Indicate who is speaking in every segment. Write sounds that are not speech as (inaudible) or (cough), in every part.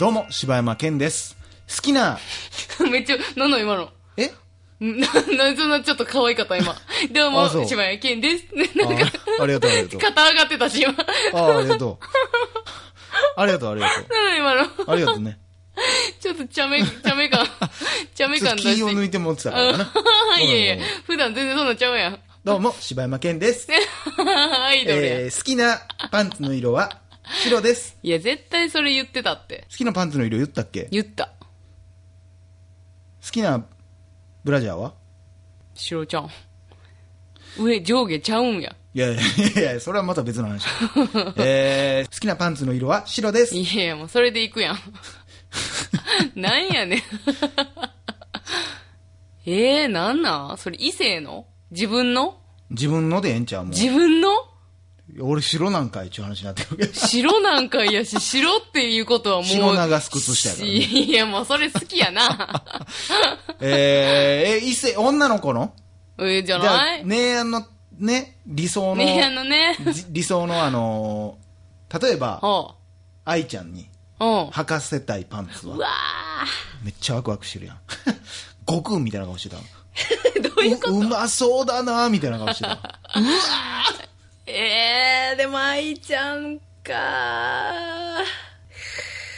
Speaker 1: どうも、柴山健です。好きな、
Speaker 2: (laughs) めっちゃ、なんなん今の。
Speaker 1: え
Speaker 2: んな、なんそんなちょっと可愛かっ
Speaker 1: (laughs)
Speaker 2: た今。どうも
Speaker 1: あそう、
Speaker 2: 柴谷健です。ね
Speaker 1: あ
Speaker 2: なんか、
Speaker 1: ありがとう、ありがとう。
Speaker 2: 肩上がってたし、今。 (laughs) なん
Speaker 1: あありが
Speaker 2: (laughs)
Speaker 1: とう。ありがとう、ありがと
Speaker 2: なん今の。
Speaker 1: う。ありがとう
Speaker 2: (laughs)
Speaker 1: ね。
Speaker 2: ちょっと茶目、茶
Speaker 1: (laughs)
Speaker 2: 目感、茶目
Speaker 1: ちょっ
Speaker 2: 感
Speaker 1: と
Speaker 2: 出
Speaker 1: 気を
Speaker 2: し
Speaker 1: 抜
Speaker 2: て。
Speaker 1: いて持ってたから
Speaker 2: (laughs)
Speaker 1: な。
Speaker 2: いや
Speaker 1: う
Speaker 2: い
Speaker 1: ん
Speaker 2: や、普段全然そんなんちゃうやん。 (laughs)
Speaker 1: どうも、柴山健です。
Speaker 2: アイドルや。
Speaker 1: えー好きなパンツの色は白です。
Speaker 2: いや、絶対それ言ってたって。
Speaker 1: 好きなパンツの色言ったっけ
Speaker 2: 言った。
Speaker 1: 好きなブラジャーは
Speaker 2: 白ちゃん。上、上下ちゃうんや。
Speaker 1: いやいやいやいや、それはまた別の
Speaker 2: (laughs)
Speaker 1: 話。えー好きなパンツの色は白です。
Speaker 2: いやいや、もうそれで行くやん。なんやねん。えー、なんなんそれ異性の自分の
Speaker 1: 自分のでええんちゃうもん。
Speaker 2: 自分の
Speaker 1: 俺白なんかいっちゅう話になってるけど。
Speaker 2: 白なんかいやし、白っていうことはもう。
Speaker 1: 白長靴下やからね
Speaker 2: いや、もうそれ好きやな。
Speaker 1: えー、え、異性、女の子の
Speaker 2: えー、じゃ
Speaker 1: じゃ
Speaker 2: な
Speaker 1: あ、
Speaker 2: いね
Speaker 1: ねあの、ね、理想の、
Speaker 2: え、あのね。
Speaker 1: じ (laughs) 理想のあのー例えば、
Speaker 2: おう。
Speaker 1: 愛ちゃんに
Speaker 2: おう。
Speaker 1: 履かせたいパンツ
Speaker 2: う
Speaker 1: は、
Speaker 2: わ
Speaker 1: めっちゃワクワクしてるやん。 (laughs) 悟空みたいな顔
Speaker 2: (laughs)
Speaker 1: してた。
Speaker 2: ーどういうこと
Speaker 1: ううまそうだなみたいな顔して
Speaker 2: (laughs)
Speaker 1: た。
Speaker 2: えー、でも愛ちゃんか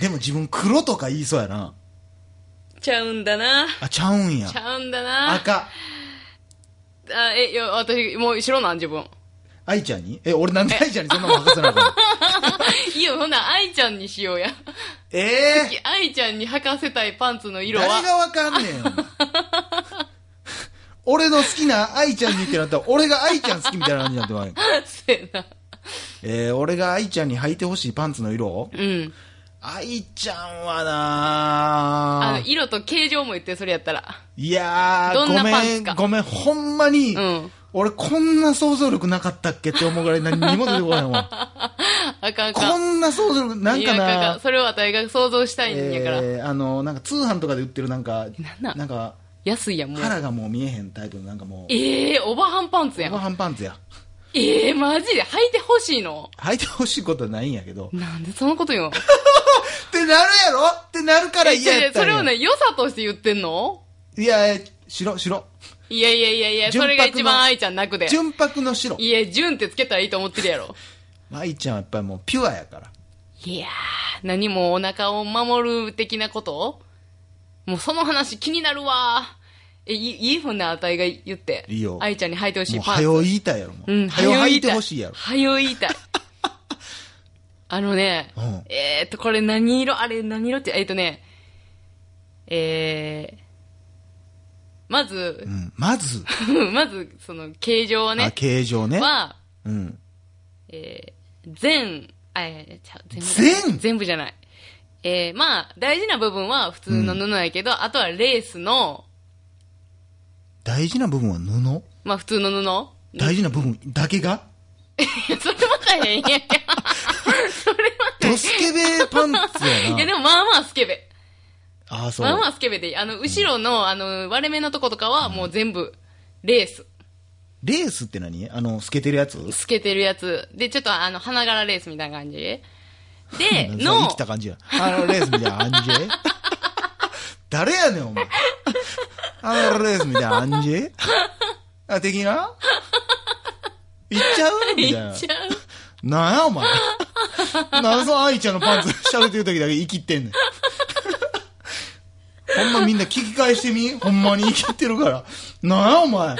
Speaker 1: でも自分黒とか言いそうやな。
Speaker 2: ちゃうんだな。
Speaker 1: あ、ちゃうんや
Speaker 2: ち。ゃうんだな。
Speaker 1: 赤。
Speaker 2: あ、え、いや、私、もう白なん、自分。
Speaker 1: 愛ちゃんにえ、俺なんで愛ちゃんにそんなの履かせなあかった
Speaker 2: (laughs) いや、ほんなら、愛ちゃんにしようや。
Speaker 1: ええ
Speaker 2: (laughs) 愛ちゃんに履かせたいパンツの色は。
Speaker 1: 誰がわかんねえ
Speaker 2: (laughs)
Speaker 1: よ。俺の好きな愛ちゃんにってなったら、俺が愛ちゃん好きみたいな感じになってまうよ。
Speaker 2: せやな。
Speaker 1: えー、俺が愛ちゃんに履いてほしいパンツの色
Speaker 2: うん。
Speaker 1: 愛ちゃんは
Speaker 2: あ
Speaker 1: な
Speaker 2: の、
Speaker 1: ー
Speaker 2: 色と形状も言って、それやったら。
Speaker 1: いやー、
Speaker 2: どん
Speaker 1: ご
Speaker 2: なパン
Speaker 1: めん
Speaker 2: ツか、
Speaker 1: ごめん、ほんまに、
Speaker 2: うん
Speaker 1: 俺こんな想像力なかったっけって思うぐらい何にも出てこないもん。
Speaker 2: あかんあか
Speaker 1: こ
Speaker 2: ん。
Speaker 1: んな想像力、なん
Speaker 2: い
Speaker 1: か
Speaker 2: やああ
Speaker 1: な
Speaker 2: それは私が想像したいんやから。
Speaker 1: えー、あの、なんか通販とかで売ってるなんか、
Speaker 2: なんなん
Speaker 1: なんか、
Speaker 2: 安いやん、もう。
Speaker 1: 腹がもう見えへんタイプのなんかもう、
Speaker 2: ええー、オバハンパンツや
Speaker 1: ご
Speaker 2: ん。
Speaker 1: 飯パンツや。
Speaker 2: ええー、マジで履いてほしいの
Speaker 1: 履いてほしいことはないんやけど。
Speaker 2: なんでそのこと言うの
Speaker 1: ってなるやろってなるから
Speaker 2: え
Speaker 1: 嫌や
Speaker 2: 違
Speaker 1: っ
Speaker 2: う
Speaker 1: た
Speaker 2: そ
Speaker 1: ん
Speaker 2: れ
Speaker 1: や
Speaker 2: をね、良さとして言ってんの
Speaker 1: いや、白、白。
Speaker 2: いやいやいやいや、
Speaker 1: 純白
Speaker 2: それ
Speaker 1: の
Speaker 2: が一番愛ちゃん泣くで。
Speaker 1: 純白の白。
Speaker 2: いや、純ってつけたらいいと思ってるやろ。
Speaker 1: 舞ちゃんはやっぱりもうピュアやから。
Speaker 2: いやー、何もお腹を守る的なこともうその話気になるわー。え、いいいいふんなあたいが言って。
Speaker 1: いいよ
Speaker 2: 愛ちゃんに履いてほし
Speaker 1: も
Speaker 2: いうパンツ。
Speaker 1: 早う言いたいやろ、もう。
Speaker 2: うん、
Speaker 1: 早う
Speaker 2: は
Speaker 1: 履
Speaker 2: よ
Speaker 1: いてほしいやろ。
Speaker 2: はよ言いたい。
Speaker 1: (laughs)
Speaker 2: あのね、
Speaker 1: うん
Speaker 2: えーっと、これ何色あれ何色って、えーっとね、えー、まず
Speaker 1: う、ん。まず、
Speaker 2: (laughs) まず、その、形状は
Speaker 1: あ、
Speaker 2: ね、
Speaker 1: 形状ね。
Speaker 2: は、
Speaker 1: うん。
Speaker 2: えー全、あえーちゃう
Speaker 1: 全
Speaker 2: 全部全部じゃない。えーまあ、大事な部分は普通の布やけど、あとはレースの、
Speaker 1: 大事な部分は布
Speaker 2: まあ普通の布。
Speaker 1: 大事な部分だけが
Speaker 2: いやそれまたへんやん。それ
Speaker 1: ドスケベパンツ
Speaker 2: ま、いや
Speaker 1: や
Speaker 2: で
Speaker 1: な。
Speaker 2: もまあまあスケベ。
Speaker 1: ああ、そう。
Speaker 2: まあまあスケベでいい。あの、後ろの、あの、割れ目のとことかはもう全部、レース。
Speaker 1: レースって何あの、透けてるやつ
Speaker 2: 透けてるやつ。で、ちょっとあの、花柄レースみたいな感じ。で、
Speaker 1: そう
Speaker 2: の
Speaker 1: 生き、た感じや。あのレースみたいな感じ誰やねん、お前。あのレースみたいな感じあ、的な行っちゃうみたい
Speaker 2: (laughs) い
Speaker 1: な
Speaker 2: っ。ちゃう。
Speaker 1: なんや、お前。 (laughs) なんでその愛ちゃんのパンツ喋ってる時だけ生きってんね (laughs) ん。ほんまみんな聞き返してみほんまに生きってるから。なんや、お前。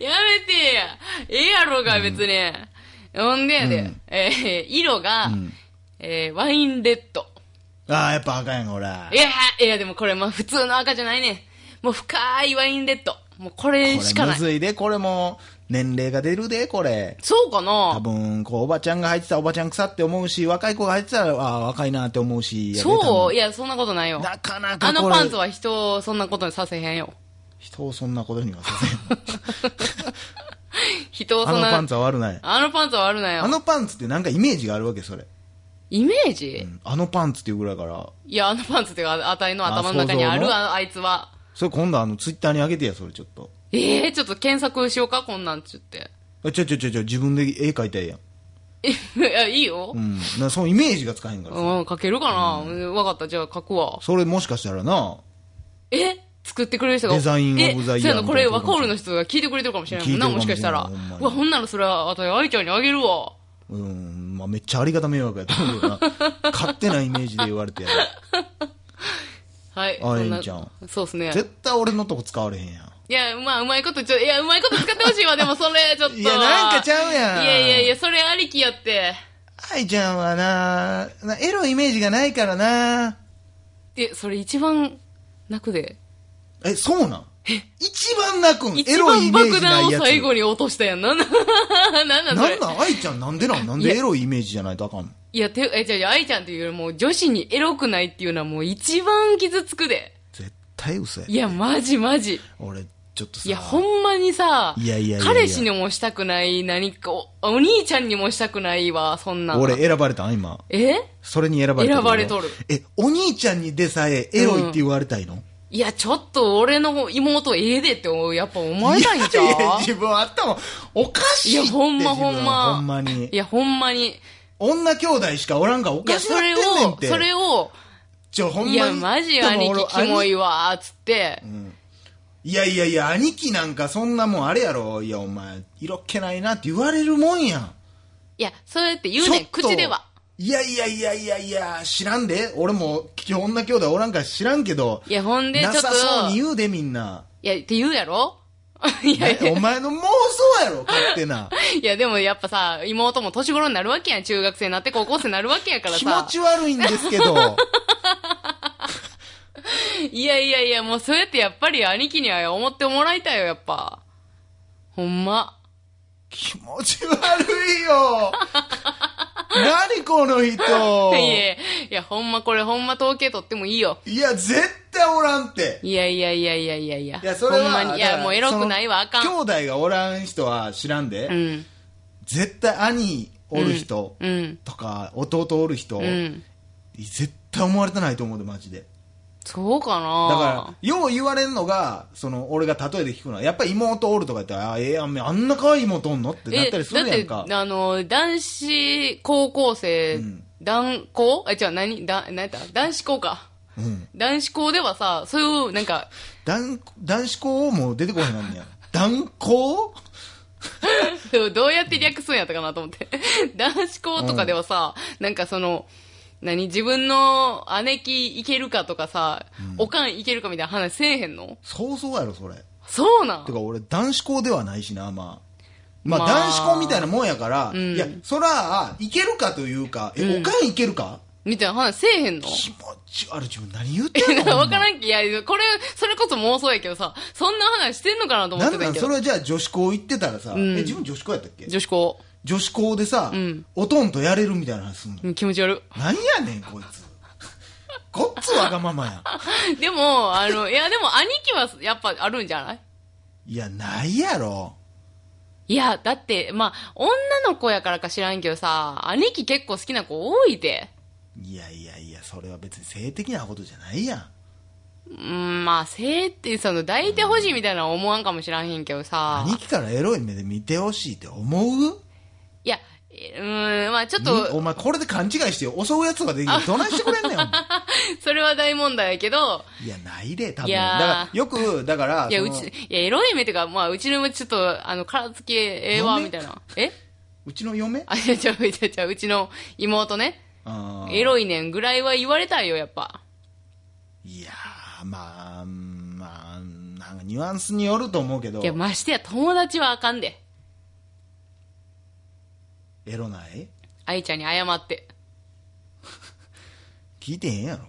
Speaker 2: やめてや。ええやろが、別に。ほんでやで、えー色が、えーワインレッド。
Speaker 1: ああ、やっぱ赤やんか、俺。
Speaker 2: いや、いや、でもこれ、まあ、普通の赤じゃないね。もう深いワインレッド。もうこれ
Speaker 1: これ
Speaker 2: しか
Speaker 1: む
Speaker 2: ない。
Speaker 1: ずいで、これも、年齢が出るで、これ。
Speaker 2: そうか
Speaker 1: 多
Speaker 2: な
Speaker 1: 分、こう、おばちゃんが入ってたらおばちゃん臭って思うし、若い子が入ってたら、ああ、若いなって思うし。やで
Speaker 2: そういや、そんなことない
Speaker 1: 多
Speaker 2: よ
Speaker 1: 分。なかなか
Speaker 2: あ
Speaker 1: こ
Speaker 2: の
Speaker 1: れ
Speaker 2: パンツは人をそんなことにさせへ
Speaker 1: (laughs)
Speaker 2: んよ。
Speaker 1: 人をそんなことにはさせん。
Speaker 2: 人を
Speaker 1: あ
Speaker 2: (laughs) そ
Speaker 1: の
Speaker 2: んな、
Speaker 1: パンツは悪ない。
Speaker 2: あのパンツは悪な
Speaker 1: あ
Speaker 2: よ。
Speaker 1: のパンツってなんかイメージがあるわけ、それ。
Speaker 2: イメージ、
Speaker 1: うんあのパンツっていうぐらいから。
Speaker 2: いや、あのパンツっていうか、あたいの頭の中にあ
Speaker 1: あ想
Speaker 2: る、
Speaker 1: 像
Speaker 2: ああいつは。
Speaker 1: それ今度あの、ツイッターに上げてや、それちょっと。
Speaker 2: ええちょっと検索しようか、こんなんちゅって。
Speaker 1: あちょちょちょちょ、自分で絵描いたらええやん。
Speaker 2: いや、いいよ
Speaker 1: う。ん。なそのイメージがつかへんからさ。
Speaker 2: うん、書けるかな、うんわかった、じゃあ書くわ。
Speaker 1: それもしかしたらな、
Speaker 2: え作ってくれる人が。
Speaker 1: デザイン
Speaker 2: え
Speaker 1: オブザイヤー
Speaker 2: そうやな、これ
Speaker 1: みたいな
Speaker 2: ワ
Speaker 1: こと
Speaker 2: コールの人が聞いてくれてるかもしれないもんな、
Speaker 1: 聞いてるか
Speaker 2: も
Speaker 1: も
Speaker 2: し
Speaker 1: し
Speaker 2: か
Speaker 1: れん
Speaker 2: したら
Speaker 1: ほんま。に
Speaker 2: うわ、ほんならそれは、あたい、愛ちゃんにあげるわ。
Speaker 1: うん、まあめっちゃありがた迷惑やと思うけど (laughs) な。勝手なイメージで言われてやる。
Speaker 2: はい。
Speaker 1: あ
Speaker 2: そな
Speaker 1: 愛ちゃん。
Speaker 2: そうっすね。
Speaker 1: 絶対俺のとこ使われへんやん。
Speaker 2: いや、まあ、うまいこと、ちょ、いや、うまいこと使ってほしいわ、でもそれ、ちょっと。
Speaker 1: いや、なんかちゃうやん。
Speaker 2: いやいやいや、それありきやって。
Speaker 1: 愛ちゃんはななエロいイメージがないからな
Speaker 2: え、それ一番泣くで。
Speaker 1: え、そうなん一番泣くんエ
Speaker 2: 一
Speaker 1: ロい
Speaker 2: 番
Speaker 1: イメー
Speaker 2: 爆
Speaker 1: ジな
Speaker 2: 弾
Speaker 1: い
Speaker 2: を
Speaker 1: やつ。
Speaker 2: 最後に落としたやん。なんな、 (laughs) なんなんそ
Speaker 1: な
Speaker 2: れ
Speaker 1: ん。なん愛ちゃんなんでなんなん
Speaker 2: い
Speaker 1: で
Speaker 2: や
Speaker 1: エロいイメージじゃないとあかんの
Speaker 2: いや、て、え、じゃあじゃあ、愛ちゃんっていうよりも、女子にエロくないっていうのはもう一番傷つくで。
Speaker 1: 絶対嘘や
Speaker 2: い。や、マジマジ。
Speaker 1: 俺、ちょっとさ。
Speaker 2: いや、ほんまにさ、
Speaker 1: いやいやいやいや
Speaker 2: 彼氏にもしたくない、何かお、お兄ちゃんにもしたくないわ、そんなん。
Speaker 1: 俺、選ばれたん今。
Speaker 2: え
Speaker 1: それに選ばれた
Speaker 2: 選ばれとる
Speaker 1: え、お兄ちゃんにでさえエロいって言われたいの、
Speaker 2: いや、ちょっと俺の妹ええでって、やっぱ思わないんちゃ
Speaker 1: いやいや
Speaker 2: う
Speaker 1: 自分あったもん。おかしい
Speaker 2: い
Speaker 1: って。
Speaker 2: や、ほんま
Speaker 1: 自分
Speaker 2: ほんま。
Speaker 1: ほんまに
Speaker 2: い。や、ほんまに。い
Speaker 1: 女兄弟しかおらんからおか
Speaker 2: や、
Speaker 1: しなっ
Speaker 2: そ
Speaker 1: て
Speaker 2: れ
Speaker 1: ん
Speaker 2: を
Speaker 1: ねんっ、て。
Speaker 2: それを、
Speaker 1: ちょ、ほんま
Speaker 2: い
Speaker 1: に。
Speaker 2: や、マジ兄貴キモいわ、つって。
Speaker 1: いやいやいや、兄貴なんかそんなもんあれやろ。いや、お前、色っ気ないなって言われるもんやん。
Speaker 2: いや、そうやって言うねん、
Speaker 1: ちょっと
Speaker 2: 口では。。
Speaker 1: いやいやいやいやいや、知らんで。俺も、基本女兄弟おらんから知らんけど。
Speaker 2: いや、ほんで、ちょ
Speaker 1: な
Speaker 2: っと
Speaker 1: さ、そうに言うで、みんな。
Speaker 2: いや、って言うやろ (laughs) いやい
Speaker 1: ね
Speaker 2: や
Speaker 1: お、前の妄想やろ、勝手な。
Speaker 2: いや、でもやっぱさ、妹も年頃になるわけやん。中学生になって高校生になるわけやから
Speaker 1: 気持
Speaker 2: さ。
Speaker 1: ち悪いんですけ
Speaker 2: (laughs)
Speaker 1: ど。
Speaker 2: いやいやいや、もうそうやってやっぱり兄貴には思ってもらいたいよ、やっぱ。ほんま。
Speaker 1: 気持ち悪い
Speaker 2: (laughs)
Speaker 1: よ。何この人
Speaker 2: い。やいや、ほんまこれほんま統計取ってもいいよ。
Speaker 1: いや、絶対おらんって。
Speaker 2: いやいやいやいやいやいや。
Speaker 1: いや、それは。
Speaker 2: ほんまに。い
Speaker 1: だか
Speaker 2: や、
Speaker 1: ら
Speaker 2: もうエロくないわ、あか
Speaker 1: そ
Speaker 2: ん。
Speaker 1: の兄弟がおらん人は知らんで。
Speaker 2: うん。
Speaker 1: 絶対兄おる人
Speaker 2: うん。
Speaker 1: とか、弟おる人、
Speaker 2: うん。
Speaker 1: 絶対思われてないと思うで、マジで。
Speaker 2: そうか
Speaker 1: だ
Speaker 2: な
Speaker 1: から、よう言われるのが、その、俺が例えで聞くのは、やっぱ妹おるとか言ったら、あーええやん、あんな可愛い妹おんのってなったりするやん
Speaker 2: だ
Speaker 1: か
Speaker 2: っ。て、あの、男子高校生、
Speaker 1: ん
Speaker 2: 男校え、違う、何だ、何やった男子校か。
Speaker 1: うん。
Speaker 2: 男子校ではさ、そういう、なんか、 (laughs)
Speaker 1: 男、男子校も出てこへんなんねや。男校
Speaker 2: どうやって略すんやったかなと思って。 (laughs) 男子校とかではさ、なんかその、何自分の姉貴いけるかとかさ、おかんいけるかみたいな話せえへんの
Speaker 1: そうそうやろ、それ。
Speaker 2: そうなん
Speaker 1: てか、俺、男子校ではないしな、まあ。まあ、
Speaker 2: まあ
Speaker 1: 男子校みたいなもんやから、
Speaker 2: ん
Speaker 1: いや、そら、いけるかというか、え、
Speaker 2: う
Speaker 1: お
Speaker 2: ん
Speaker 1: かんいけるか
Speaker 2: みたいな話せえへんの (laughs)
Speaker 1: 気持ち悪い、自分何言ってんの
Speaker 2: いや
Speaker 1: ほ
Speaker 2: わ
Speaker 1: んま
Speaker 2: からんけ、いや、これ、それこそ妄想やけどさ、そんな話してんのかなと思っ
Speaker 1: な
Speaker 2: て
Speaker 1: ん
Speaker 2: たん
Speaker 1: な
Speaker 2: や
Speaker 1: ん
Speaker 2: け
Speaker 1: そ
Speaker 2: ど
Speaker 1: れ。はじゃあ女子校行ってたらさ、
Speaker 2: うん
Speaker 1: え自分女子校やったっけ
Speaker 2: 女子校。
Speaker 1: 女子校でさ、
Speaker 2: うん
Speaker 1: おとんとやれるみたいな話すんの
Speaker 2: うん気持ち悪
Speaker 1: なんやねんこいつこっつわがままやん
Speaker 2: い。 (laughs) でも、あの、いや、でも兄貴はやっぱあるんじゃない
Speaker 1: いやないやろ
Speaker 2: いや、だって、まあ、女の子やからか知らんけどさ、兄貴結構好きな子多いで。
Speaker 1: いやいやいやそれは別に性的なことじゃないやん
Speaker 2: うん、まあ、性って、その、抱いてほしいみたいなのは思わんかもしらんへんけどさ。
Speaker 1: 兄貴からエロい目で見てほしいって思う
Speaker 2: いや、えうーん、まあ、ちょっ
Speaker 1: にお
Speaker 2: と、
Speaker 1: 前これで勘違いして襲うやつができるどないしてくれんねんお前
Speaker 2: それは大問題やけど、
Speaker 1: いやないで多分
Speaker 2: い
Speaker 1: だ
Speaker 2: やー
Speaker 1: からよくだから
Speaker 2: いや、
Speaker 1: そうの
Speaker 2: ち、いや、エロい目っていうか、まあ、うちの、ちょっと、あの、殻付きええわ、
Speaker 1: 嫁
Speaker 2: みたいな。え (laughs)
Speaker 1: うちの嫁
Speaker 2: あ、ちゃちゃちゃちゃうちの妹ね。エ
Speaker 1: い
Speaker 2: ロいねんぐらいは言われたいよ、やっぱ。
Speaker 1: いやーまあまあなんかニュアンスによると思うけど
Speaker 2: いや、ましてや、友達はあかんで。
Speaker 1: エロない
Speaker 2: 愛ちゃんに謝って。
Speaker 1: 聞いてへんやろ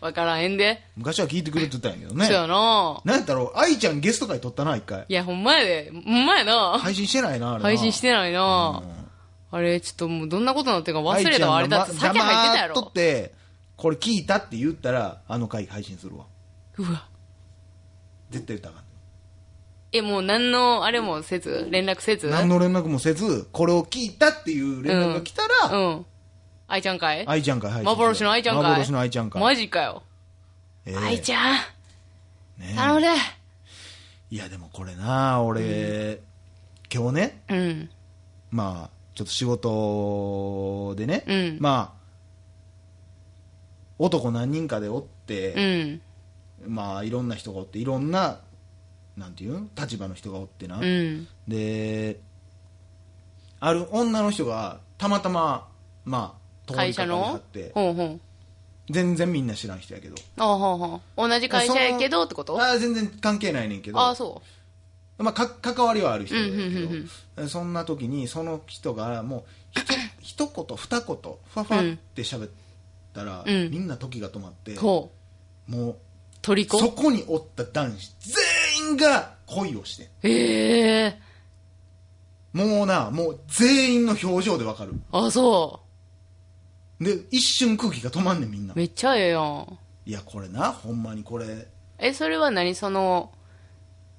Speaker 2: わからへんで。
Speaker 1: 昔は聞いてくれてたんやけどね
Speaker 2: そうやな
Speaker 1: なんやったろう愛ちゃんゲスト会撮ったな一回
Speaker 2: いや、ほんまやで。ほんまやな
Speaker 1: 配信してないなあれな
Speaker 2: 配信してないなあれ、ちょっともうどんなことになってるか忘れたわ。あれ
Speaker 1: 愛ちゃん
Speaker 2: だ
Speaker 1: が
Speaker 2: って酒入ってたや
Speaker 1: 黙っとっ
Speaker 2: ろ。
Speaker 1: てこれ聞いたって言ったらあの回配信するわ
Speaker 2: うわ。
Speaker 1: 絶対言ったらあかん
Speaker 2: え、もう何の、あれもせず連絡せず
Speaker 1: 何の連絡もせずこれを聞いたっていう連絡が来た
Speaker 2: う
Speaker 1: ら、
Speaker 2: ん。愛ちゃんかい
Speaker 1: 愛ちゃん会配信する
Speaker 2: 幻の愛ちゃんかい
Speaker 1: 幻の愛ちゃん会
Speaker 2: マジかよ。
Speaker 1: ええ
Speaker 2: 愛ちゃん、
Speaker 1: ね
Speaker 2: 頼むで。
Speaker 1: いやでもこれな俺、今日ね
Speaker 2: うん。
Speaker 1: まあちょっと仕事でね、
Speaker 2: うん
Speaker 1: まあ男何人かでおって、
Speaker 2: ん。
Speaker 1: まあいろんな人がおっていろんななんていうん立場の人がおってな、
Speaker 2: うん。
Speaker 1: である女の人がたまたままあ通り
Speaker 2: 会社
Speaker 1: かかりはっ
Speaker 2: の
Speaker 1: て
Speaker 2: ほうほう。
Speaker 1: 全然みんな知らん人やけど
Speaker 2: ああ、ほうほう。同じ会社やけどってことあ
Speaker 1: ああ全然関係ないねんけど
Speaker 2: あ、そ
Speaker 1: まあ、か関わりはある人だけど、
Speaker 2: うんうんうん
Speaker 1: そんな時にその人がもうひ
Speaker 2: (coughs)
Speaker 1: と一言二言ふわふわって喋ったら、
Speaker 2: うん
Speaker 1: みんな時が止まって
Speaker 2: う。、ほう。
Speaker 1: もう
Speaker 2: トリ
Speaker 1: そ
Speaker 2: コ
Speaker 1: こにおった男子全員が恋をしてん
Speaker 2: ええ。
Speaker 1: もうなもう全員の表情でわかる
Speaker 2: あ、そ
Speaker 1: で一瞬空気が止まんねんみんな
Speaker 2: う。めっちゃええやん。
Speaker 1: いやこれなほんまにこれ
Speaker 2: え、それは何その、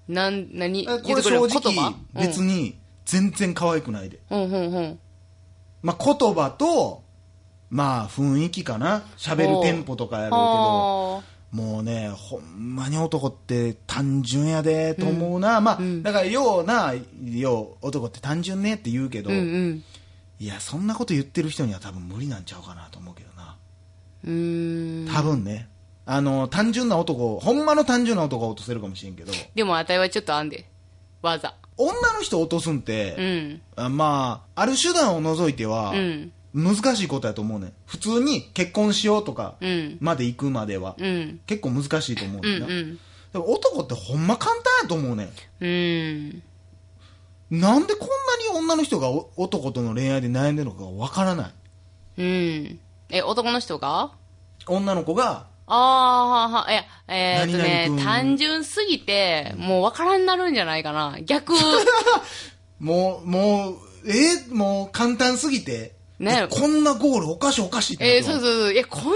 Speaker 2: なん、何
Speaker 1: こ
Speaker 2: 言う
Speaker 1: れ
Speaker 2: てくれ
Speaker 1: 正直
Speaker 2: る言葉
Speaker 1: 別に全然可愛くないで、
Speaker 2: うん、うん、うんうん。
Speaker 1: まあ、言葉とまあ雰囲気かな喋るテンポとかやろうけど
Speaker 2: あ
Speaker 1: もうね、ほんまに男って単純やでと思うな、まあ、
Speaker 2: うん
Speaker 1: だから、ような、よう、男って単純ねって言うけ
Speaker 2: ー
Speaker 1: ど、
Speaker 2: うん、
Speaker 1: いや、そんなこと言ってる人には多分無理なんちゃうかなと思うけどな、
Speaker 2: うん。うーん。
Speaker 1: 多分ね、あの単純な男、ほんまの単純な男は落とせるかもしれんけど、
Speaker 2: でも、あたいはちょっとあんで。わざ。
Speaker 1: 女の人落とすんっ
Speaker 2: う
Speaker 1: て、
Speaker 2: ん。
Speaker 1: あまあ、ある手段を除いては
Speaker 2: う、ん。
Speaker 1: 難しいことやと思うね、普通に結婚しようとか
Speaker 2: うん。
Speaker 1: まで行くまでは、
Speaker 2: うん。
Speaker 1: 結構難しいと思う
Speaker 2: う
Speaker 1: ねん
Speaker 2: ん。
Speaker 1: な、
Speaker 2: うん。
Speaker 1: でも男ってほんま簡単やと思うねん。
Speaker 2: うん。
Speaker 1: なんでこんなに女の人がお男との恋愛で悩んでるのかがわからない
Speaker 2: うん。え、男の人が
Speaker 1: 女の子が (laughs)
Speaker 2: ああ、いや、えーっと
Speaker 1: 何
Speaker 2: ね
Speaker 1: 々君、
Speaker 2: 単純すぎて、もう分からんなるんじゃないかな。逆、
Speaker 1: もうもうえーもう簡単すぎて、
Speaker 2: ね
Speaker 1: こんなゴールおかしいおかしいって
Speaker 2: え
Speaker 1: な
Speaker 2: ー、
Speaker 1: ってま
Speaker 2: そう
Speaker 1: す
Speaker 2: そうそう、いや、こんなこ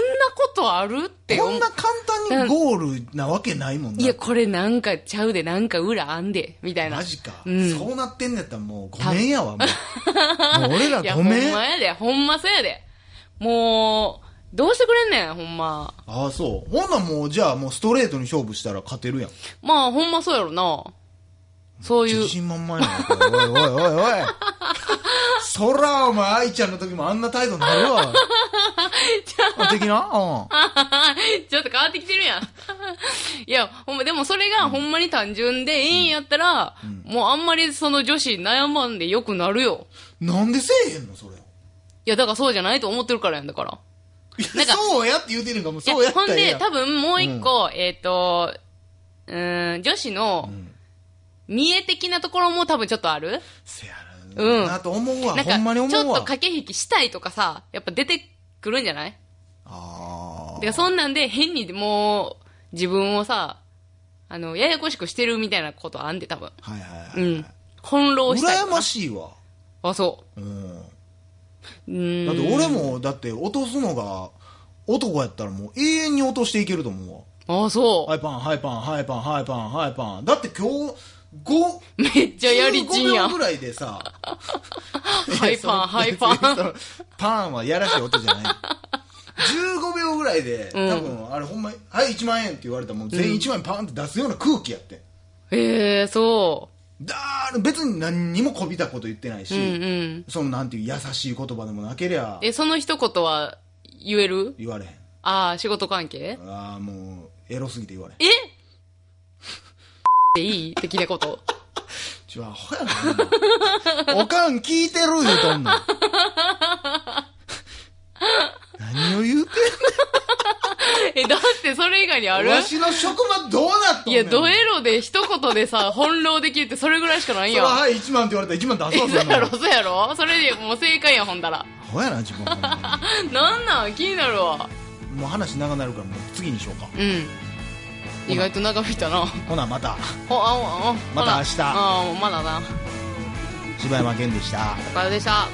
Speaker 2: とあるって
Speaker 1: こんな簡単にゴールなわけないもんない
Speaker 2: や、これなんかちゃうで、なんか裏あんで、みたいな。
Speaker 1: マジか、
Speaker 2: うん
Speaker 1: そうなってんだったらもうごめんやわもうもう俺ら
Speaker 2: いや、
Speaker 1: ご
Speaker 2: ほんま
Speaker 1: めんあ
Speaker 2: やで、ほんまそうやで。もう、どうしてくれんねん、ほんま。
Speaker 1: あそうほんなんもうじゃあもうストレートに勝負したら勝てるやん
Speaker 2: まあ、ほんまそうやろな。そういう
Speaker 1: 自。信満々やなこれおいおいおいおいそらお前愛ちゃんの時もあんな態度になるわあ的なうん
Speaker 2: (laughs) ちょっと変わってきてるやん。 (laughs) いや、ほんま、でもそれがほんまに単純でええんやったら、もうあんまりその女子悩まんでよくなるよ。
Speaker 1: なんでせえへんのそれ
Speaker 2: いや、だからそうじゃないと思ってるからやんだから。なんか
Speaker 1: そうやって言うてるんかもう
Speaker 2: いや
Speaker 1: そうやった
Speaker 2: ほん
Speaker 1: らええ
Speaker 2: で、
Speaker 1: やん
Speaker 2: 多分もう一個、えっ、と、うーん、女子の、
Speaker 1: ん
Speaker 2: 見栄的なところも多分ちょっとある
Speaker 1: せや
Speaker 2: うん
Speaker 1: ななと思うわ、
Speaker 2: なん
Speaker 1: ほんま
Speaker 2: か、
Speaker 1: に
Speaker 2: ちょ
Speaker 1: 思
Speaker 2: っ
Speaker 1: う
Speaker 2: と
Speaker 1: わ
Speaker 2: 駆け引きしたいとかさ、やっぱ出てくるんじゃない
Speaker 1: あ
Speaker 2: てか、そんなんで変にもう、自分をさ、あの、ややこしくしてるみたいなことあんで、多分。
Speaker 1: あはいはいは
Speaker 2: う
Speaker 1: い、
Speaker 2: ん。翻弄したいと
Speaker 1: 羨
Speaker 2: か。
Speaker 1: ましいわ、
Speaker 2: あ、そ
Speaker 1: うん、だ
Speaker 2: う。うーん。
Speaker 1: って俺もだって落とすのが男やったらもう永遠に落としていけると思うわ
Speaker 2: あ、そ
Speaker 1: ハイパンハイパンハイパンハイパンハイパンだって今日5
Speaker 2: う。めっちゃやりちんや
Speaker 1: 15秒
Speaker 2: ん
Speaker 1: ぐ。らいでさ
Speaker 2: (laughs) ハイパン、ハイパ
Speaker 1: (laughs)
Speaker 2: ン。
Speaker 1: ンパンはやらしい音じゃない15秒ぐらいで、
Speaker 2: うん
Speaker 1: 多分あれほんまに「はい1万円」って言われたらもう全員1万円パンって出すような空気やってん
Speaker 2: へえ、そ
Speaker 1: だー別に何にもこびたこと言ってないし、
Speaker 2: う。うんうん。
Speaker 1: そのなんていう優しい言葉でもなけりゃ
Speaker 2: え、その一言は言える
Speaker 1: 言われへん
Speaker 2: ああ、仕事関係
Speaker 1: ああもうエロすぎて言われへん
Speaker 2: え (laughs) でいい的なこと。
Speaker 1: ちゅうアホやな
Speaker 2: (laughs)
Speaker 1: おかん聞いてる言うとんの何を言うて
Speaker 2: え、だってそれ以外にあ
Speaker 1: ん
Speaker 2: る
Speaker 1: のわしの職場どうなっとん
Speaker 2: い
Speaker 1: ね
Speaker 2: や、
Speaker 1: ん
Speaker 2: ドエロで一言でさ、翻弄できるってそれぐらいしかない
Speaker 1: そ
Speaker 2: や
Speaker 1: ら
Speaker 2: ん。
Speaker 1: はい1万って言われたら1万出
Speaker 2: え、
Speaker 1: そう
Speaker 2: そう
Speaker 1: ぜ
Speaker 2: やろ、そうやろそれでもう正解やん、ほんだら。
Speaker 1: アホやな自分ほんま
Speaker 2: なんなん気になるわ。
Speaker 1: にもう話長なるからもう次にしようか
Speaker 2: うん。意外と長引いたな。
Speaker 1: ほなまた
Speaker 2: お、あ、お、あ、
Speaker 1: また明日
Speaker 2: ああ、まだな。
Speaker 1: 柴山健でした
Speaker 2: おかよでした。